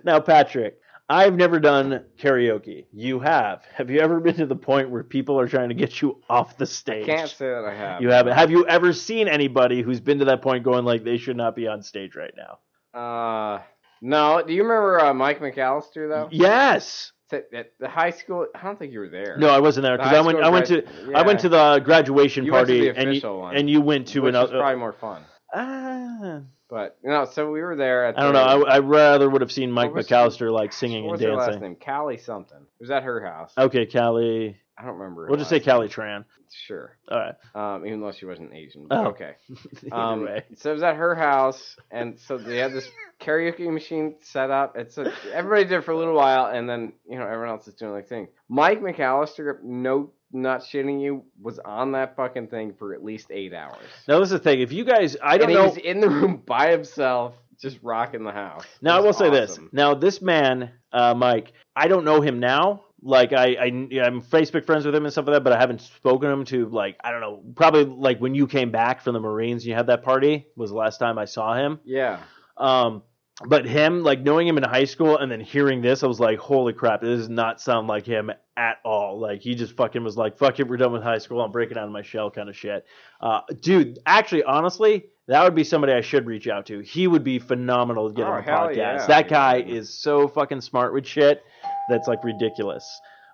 Now, Patrick, I've never done karaoke. You have. Have you ever been to the point where people are trying to get you off the stage?
Can't say that I have.
You haven't. Have you ever seen anybody who's been to that point going like they should not be on stage right now?
Uh, no. Do you remember uh, Mike McAllister though?
Yes.
At, at the high school, I don't think you were there.
No, I wasn't there because
The
I
high
went.
school
I went to.
grad-
I went to
yeah.
the graduation
You went to
party,
the
and you
official one,
and you went to
which was
another.
probably more fun.
ah,
But no, so we were there. At
I don't know.
the-
I, I rather would have seen Mike
What was-
McAllister like singing
what
and
was her last
dancing.
name? Callie something. It was at her house.
Okay, Callie.
I don't remember. her
We'll just say
last
Callie
name.
Tran.
Sure.
All right. [laughs]
Um, even though she wasn't Asian. But
Oh.
Okay.
[laughs] Either
Um,
way.
So it was at her house, and so they had this karaoke machine set up. It's a, everybody did it for a little while, and then you know everyone else is doing like thing. Mike McAllister, no, not shitting you, was on that fucking thing for at least eight hours.
Now this is the thing. If you guys, I
and
don't
he
know.
was in the room by himself, just rocking the house.
Now I
It
will
was
say this.
awesome.
Now this man, uh, Mike, I don't know him now. Like I, I, I'm Facebook friends with him and stuff like that, but I haven't spoken to him to like I don't know. Probably like when you came back from the Marines and you had that party was the last time I saw him.
Yeah.
Um, but him, like knowing him in high school and then hearing this, I was like, holy crap, this does not sound like him at all. Like he just fucking was like, fuck it, we're done with high school. I'm breaking out of my shell kind of shit. Uh, dude, actually, honestly, that would be somebody I should reach out to. He would be phenomenal to get
Oh,
on a
hell
podcast.
yeah.
That guy is so fucking smart with shit that's like ridiculous.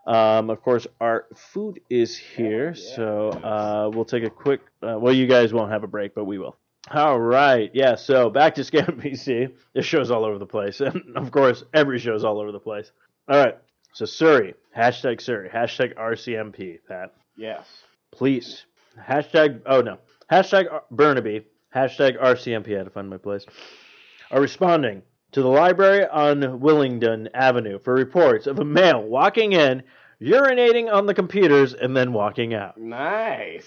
Um, of course, our food is here, so uh, we'll take a quick. Uh, well, you guys won't have a break, but we will. All right, yeah. So back to [laughs] Scam PC. This show's all over the place, [laughs] and of course, every show's all over the place. All right. So Surrey hashtag Surrey hashtag RCMP Pat
Yes.
please hashtag oh no hashtag R- Burnaby hashtag RCMP I had to find my place are responding to the library on Willingdon Avenue for reports of a male walking in, urinating on the computers, and then walking out.
Nice.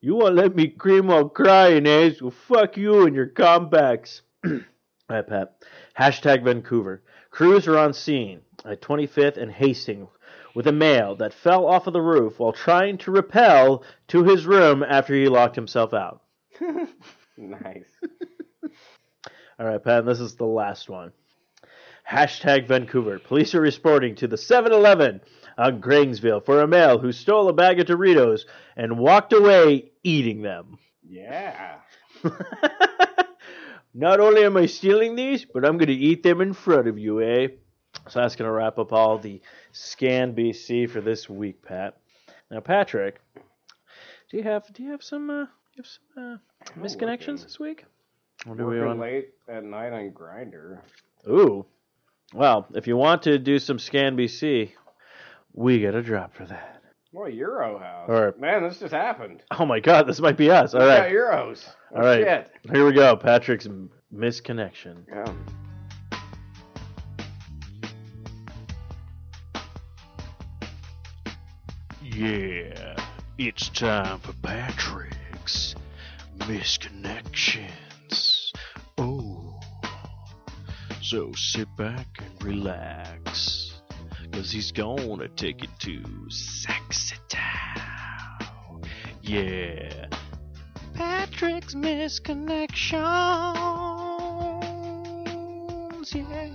You won't let me cream while crying, Ace. Well, fuck you and your comebacks. [clears throat] All right, Pat. Hashtag Vancouver. Crews are on scene at 25th and Hastings with a male that fell off of the roof while trying to rappel to his room after he locked himself out.
Nice.
All right, Pat, this is the last one. Hashtag Vancouver. Police are reporting to the 7 Eleven on Grangsville for a male who stole a bag of Doritos and walked away eating them.
Yeah.
[laughs] Not only am I stealing these, but I'm going to eat them in front of you, eh? So that's going to wrap up all the scan BC for this week, Pat. Now, Patrick, do you have do you have some uh, you have some uh, misconnections this week? Or do we
Working
want?
late at night on Grinder.
Ooh, well, if you want to do some scan BC, we get a drop for that.
Well, Euro house.
All right.
Man, this just happened.
Oh my God, this might be us. All
We got
right,
Euros. Oh,
All right.
Shit.
here we go. Patrick's m- misconnection.
Yeah.
Yeah, it's time for Patrick's Misconnections. Oh, so sit back and relax. Cause he's gonna take it to Saxitown. Yeah. Patrick's Misconnections. Yeah.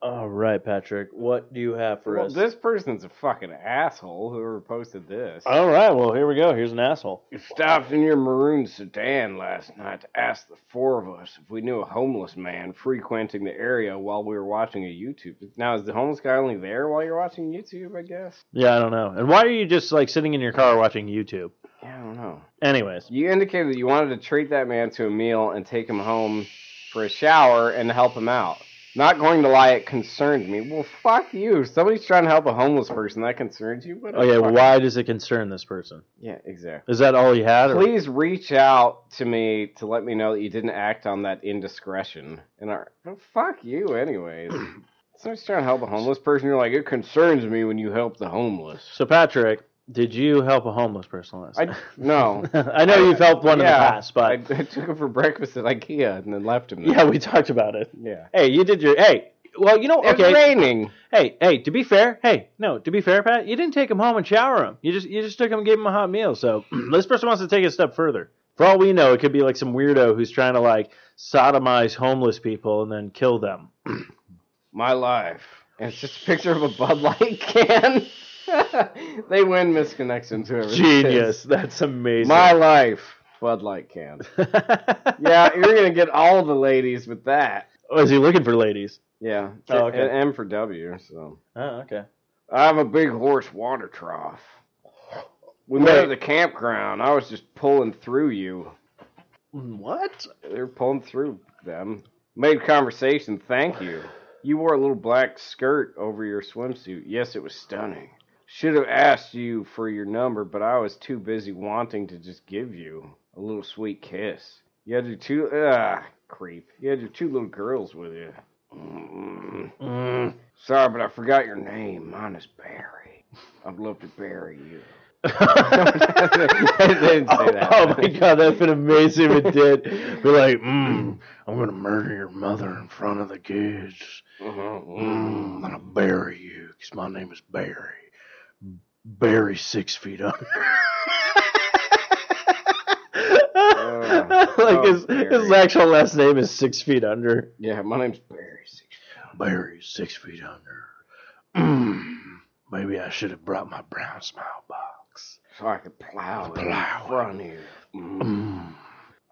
All right, Patrick. What do you have for
Well,
us?
this person's a fucking asshole. Whoever posted this.
All right. Well, here we go. Here's an asshole.
You stopped in your maroon sedan last night to ask the four of us if we knew a homeless man frequenting the area while we were watching a YouTube. Now, is the homeless guy only there while you're watching YouTube, I guess?
Yeah, I don't know. And why are you just like sitting in your car watching YouTube?
Yeah, I don't know.
Anyways,
You indicated that you wanted to treat that man to a meal and take him home for a shower and help him out. Not going to lie, it concerned me. Well, fuck you. Somebody's trying to help a homeless person. That concerns you? What a
okay.
fuck-
Oh, Why does it concern this person?
Yeah, exactly.
Is that all you had? or-
Please reach out to me to let me know that you didn't act on that indiscretion. And our, well, fuck you,
[clears throat]
anyways. Somebody's trying to help a homeless person. You're like, it concerns me when you help the homeless.
So, Patrick, did you help a homeless person last?
I
[laughs] night?
no.
I know you've helped one in the past,
I, I
but
took him for breakfast at IKEA and then left him. There.
[laughs] yeah, we talked about it.
yeah.
Hey, you did your hey. Well, you know,
It's
okay.
raining.
Hey, hey. To be fair, hey, no. To be fair, Pat, you didn't take him home and shower him. You just you just took him and gave him a hot meal. So [clears throat] this person wants to take it a step further. For all we know, it could be like some weirdo who's trying to like sodomize homeless people and then kill
[laughs]
them.
My life. And it's just a picture of a Bud Light can. [laughs] they win misconnections. Whoever this is.
Genius. That's amazing. [laughs]
My life. Bud Light can. Yeah, [laughs] you're gonna get all the ladies with that.
oh, is he looking for ladies?
Yeah.
Oh, okay.
And M for W, so.
Oh, okay.
I have a big horse water trough. We met at the campground. I was just pulling through you.
[laughs]
[laughs]
What?
They were pulling through them. Made conversation, thank you. You wore a little black skirt over your swimsuit. Yes, it was stunning. Should have asked you for your number, but I was too busy wanting to just give you a little sweet kiss. You had your two, ah, creep. You had your two little girls with you. Mm.
Mm.
Sorry, but I forgot your name. Mine is Barry. I'd love to bury you. They didn't say
oh,
that.
oh my god, that'd been amazing if it did. Be like, mm, I'm gonna murder your mother in front of the kids.
Mm-hmm.
Mm, I'm gonna bury you because my name is Barry. Barry six feet under. [laughs] like
[laughs] oh,
his his
Barry.
actual last name is six feet under.
Yeah, my name's Barry.
Barry six feet under. Mm, maybe I should have brought my brown smile box.
So I could plow it
Plow.
in front of you. Mm.
Mm.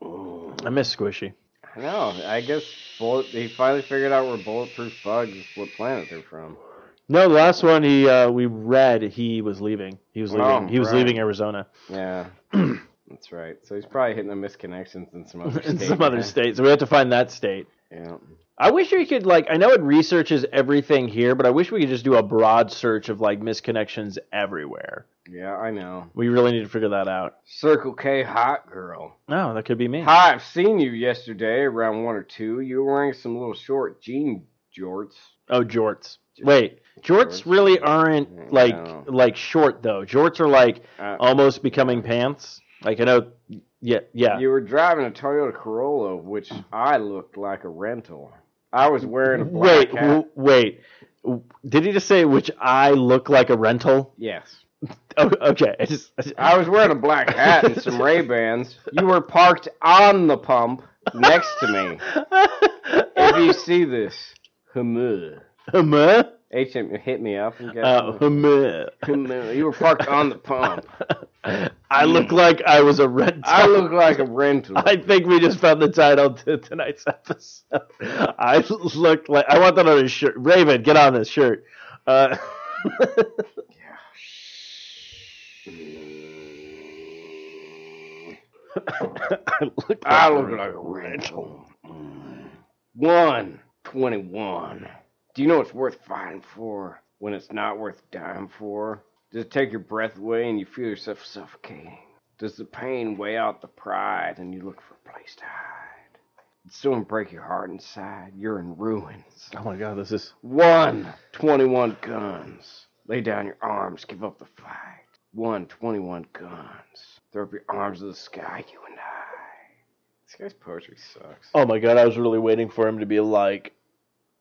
Mm.
I miss Squishy.
I know. I guess bullet. He finally figured out where bulletproof bugs, what planet they're from.
No, the last one he uh, we read he was leaving. He was leaving.
Oh,
he was
right.
leaving Arizona
Yeah, [clears throat] that's right. So he's probably hitting the misconnections in some
[laughs] [laughs]
other
in
state,
some other
man.
state. So we have to find that state.
Yeah.
I wish we could like I know it researches everything here, but I wish we could just do a broad search of like misconnections everywhere.
Yeah, I know.
We really need to figure that out.
Circle K hot girl.
No, that could be me.
Hi, I've seen you yesterday around one or two. You were wearing some little short jean jorts.
Oh, jorts. Wait, jorts really aren't like
No.
like short though. Jorts are like
Uh,
almost becoming pants. Like I know, yeah, yeah.
You were driving a Toyota Corolla, which I looked like a rental. I was wearing a black
Wait,
hat.
w- wait. W- Did he just say which I look like a rental? [laughs]
Yes.
Oh, okay. I just, I just- [laughs]
I was wearing a black hat and some Ray Bans. You were parked on the pump next to me. If you see this, hum, [laughs]
Um, uh,
HM, hit me up and get
uh, um, uh.
Hum- You were parked on the pump.
I look like I was a rental.
Hmm. I look like a rental.
I think we just found the title to tonight's episode. I look like I want that on a shirt. Raven, get on this shirt. Uh, [laughs] I look
I look like a rental. Mm-hmm. One twenty-one. Do you know it's worth fighting for when it's not worth dying for? Does it take your breath away and you feel yourself suffocating? Does the pain weigh out the pride and you look for a place to hide? Did someone break your heart inside? You're in ruins.
Oh my god, this is
One twenty-one guns. Lay down your arms, give up the fight. One twenty-one guns. Throw up your arms to the sky, you and I. This guy's poetry sucks.
Oh my god, I was really waiting for him to be like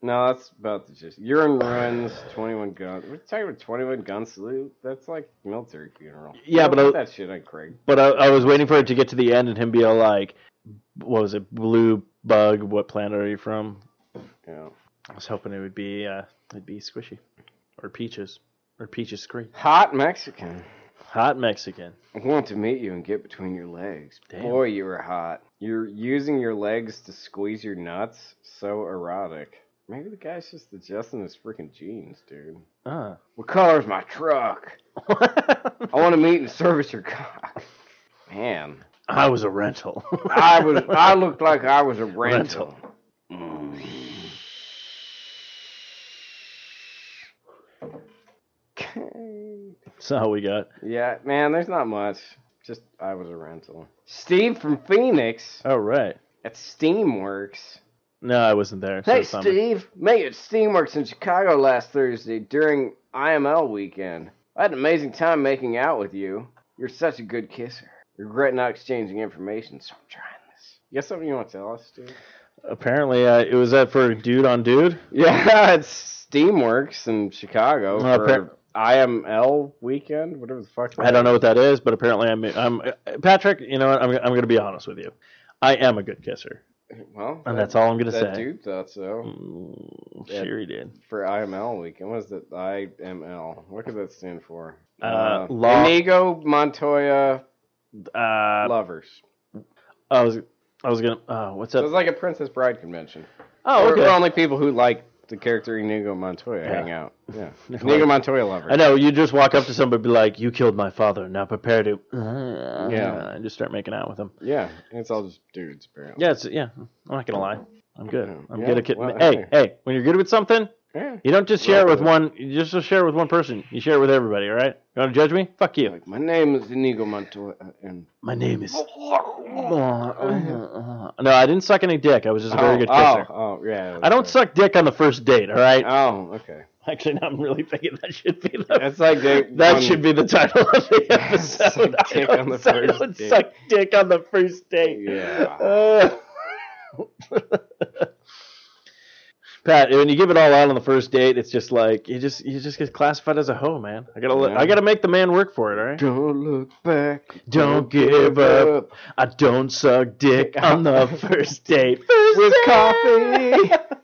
No, that's about the gist. Urine runs, 21 guns. We're talking about 21 gun salute? That's like military funeral.
Yeah, but
Don't
I-
put that shit on Craig.
But I, I was waiting for it to get to the end and him be all like, "What was it? Blue bug? What planet are you from?"
Yeah.
I was hoping it would be uh, it'd be squishy, or peaches, or peaches scree.
Hot Mexican.
Hot Mexican.
I want to meet you and get between your legs.
Damn.
Boy, you were hot. You're using your legs to squeeze your nuts. So erotic. Maybe the guy's just adjusting his freaking jeans, dude.
Ah. [laughs]
What color's my truck? I want to meet and service your cock. [laughs] Man,
I was a rental.
[laughs] I was I looked like I was a rental. Mm.
[laughs] That's all we got.
yeah, man, there's not much. Just I was a rental. Steve from Phoenix
All Oh, right.
at Steamworks.
No, I wasn't there. so
Hey,
it's not-
Steve. Mate at Steamworks in Chicago last Thursday during IML weekend. I had an amazing time making out with you. You're such a good kisser. Regret not exchanging information, so I'm trying this. You got something you want to tell us, Steve?
Apparently, uh, it was that for dude on dude.
[laughs] Yeah, it's Steamworks in Chicago
Uh,
for
appar-
IML weekend, whatever the fuck.
I don't know what that is, but apparently, I'm. I'm Patrick. You know what? I'm. I'm going to be honest with you. I am a good kisser,
Well,
and
that-
that's all I'm going to
That
say.
dude thought so.
Mm,
Yeah.
Sure, he did.
For IML weekend, what is it? IML. What could that stand for?
Uh, law-
Inigo Montoya
Uh,
lovers.
I was I was gonna uh, what's
So
up?
it's like a Princess Bride convention.
oh,
We're-
okay.
We're only people who like the character Inigo Montoya
Yeah.
hang
[laughs]
out. Yeah. Inigo Montoya lovers.
I know you just walk up to somebody and be like, "You killed my father. Now prepare to."
Yeah.
and just start making out with them.
Yeah. And it's all just dudes, apparently.
Yeah, it's, yeah. I'm not gonna lie. I'm good. I'm
Yeah,
good at kid-
well,
hey,
hey.
hey. When you're good with something,
Yeah.
you don't just share it
Well,
with one. You just don't share it with one person. You share it with everybody. All right. You want to judge me? Fuck you.
Like, my name is Inigo Montoya. And...
My name is. [laughs] no, I didn't suck any dick. I was just a very
oh,
good
oh,
kisser.
oh, yeah.
I don't suck dick on the first date. All right.
Oh, okay.
[laughs] Actually, now I'm really thinking that should be the
That's like they-
[laughs] That
one-
should be the title of the
Suck
episode. I
dick
don't
on the
suck-
first
don't [laughs]
date.
Suck dick on the first date.
Yeah.
Uh, [laughs] Pat, when you give it all out on the first date, it's just like you just you just get classified as a hoe, man. I gotta let-
Yeah.
I gotta make the man work for it, all right?
Don't look back.
Don't give up. I don't suck [laughs] dick on the first date. [laughs] First
With
date!
coffee.
[laughs]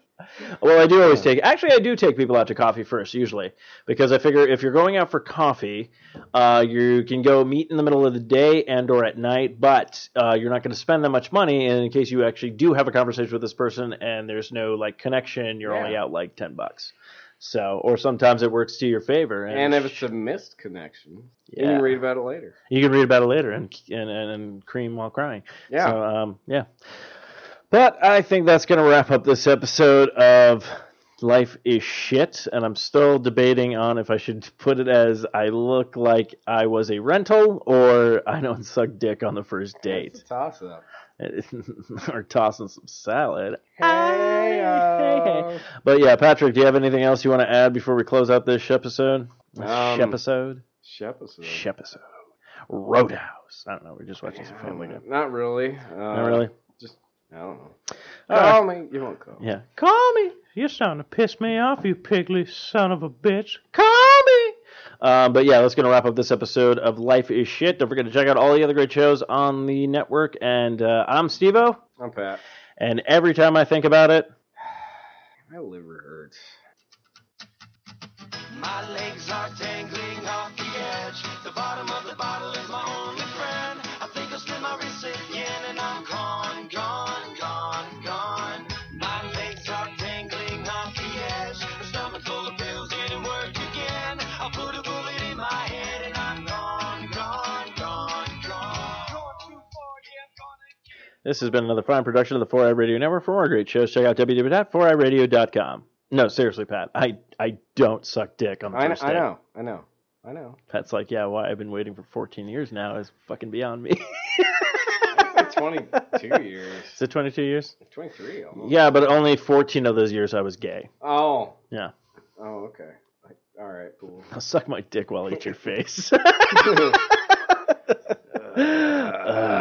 Well, I do always take. Actually, I do take people out to coffee first usually because I figure if you're going out for coffee, uh, you can go meet in the middle of the day and or at night, but uh, you're not going to spend that much money. And in case you actually do have a conversation with this person and there's no like connection, you're
Yeah.
only out like ten bucks. So, or sometimes it works to your favor.
And
And,
if it's a missed connection, you
Yeah.
can read about it later.
you can read about it later and and, and, and cream while crying.
Yeah.
So, um, yeah. But I think that's going to wrap up this episode of Life is Shit. And I'm still debating on if I should put it as I look like I was a rental or I don't suck dick on the first date. [laughs]
Toss up.
or tossing some salad.
Hey, uh,
Hey, But yeah, Patrick, do you have anything else you want to add before we close out this episode?
Um,
Shepisode?
Shepisode.
Shepisode. Roadhouse. I don't know. We're just watching some family now.
Not really. Uh,
Not really.
I don't know.
All right.
Call me. You won't call.
Yeah. Call me. You're starting to piss me off, you pigly son of a bitch. Call me. Um, but yeah, that's going to wrap up this episode of Life is Shit. Don't forget to check out all the other great shows on the network. And uh, I'm Stevo.
I'm Pat.
And every time I think about it,
My liver hurts.
My legs are dangling off the edge. The bottom of the bottle is my only friend. I think I'll slit my wrist again and I'm gone, gone, gone, gone. My legs are dangling off the edge. My stomach full of pills didn't work again. I put a bullet in my head and I'm gone, gone, gone, gone. Going too far, yeah, I'm gone again.
this has been another fine production of the 4i Radio Network. For more great shows, check out www.4iradio.com. No, seriously, Pat. I, I don't suck dick on the
I know,
first
I
date.
know. I know. I know.
Pat's like, yeah, why I've been waiting for 14 years now is fucking beyond
[laughs]
me.
It's
[laughs]
like 22 years.
Is it 22 years?
23 almost.
Yeah, but only 14 of those years I was gay.
Oh.
Yeah.
Oh, okay. Like, All right,
[laughs]
cool. [laughs]
I'll [laughs] suck my dick while I eat your face.
Uh,
Uh,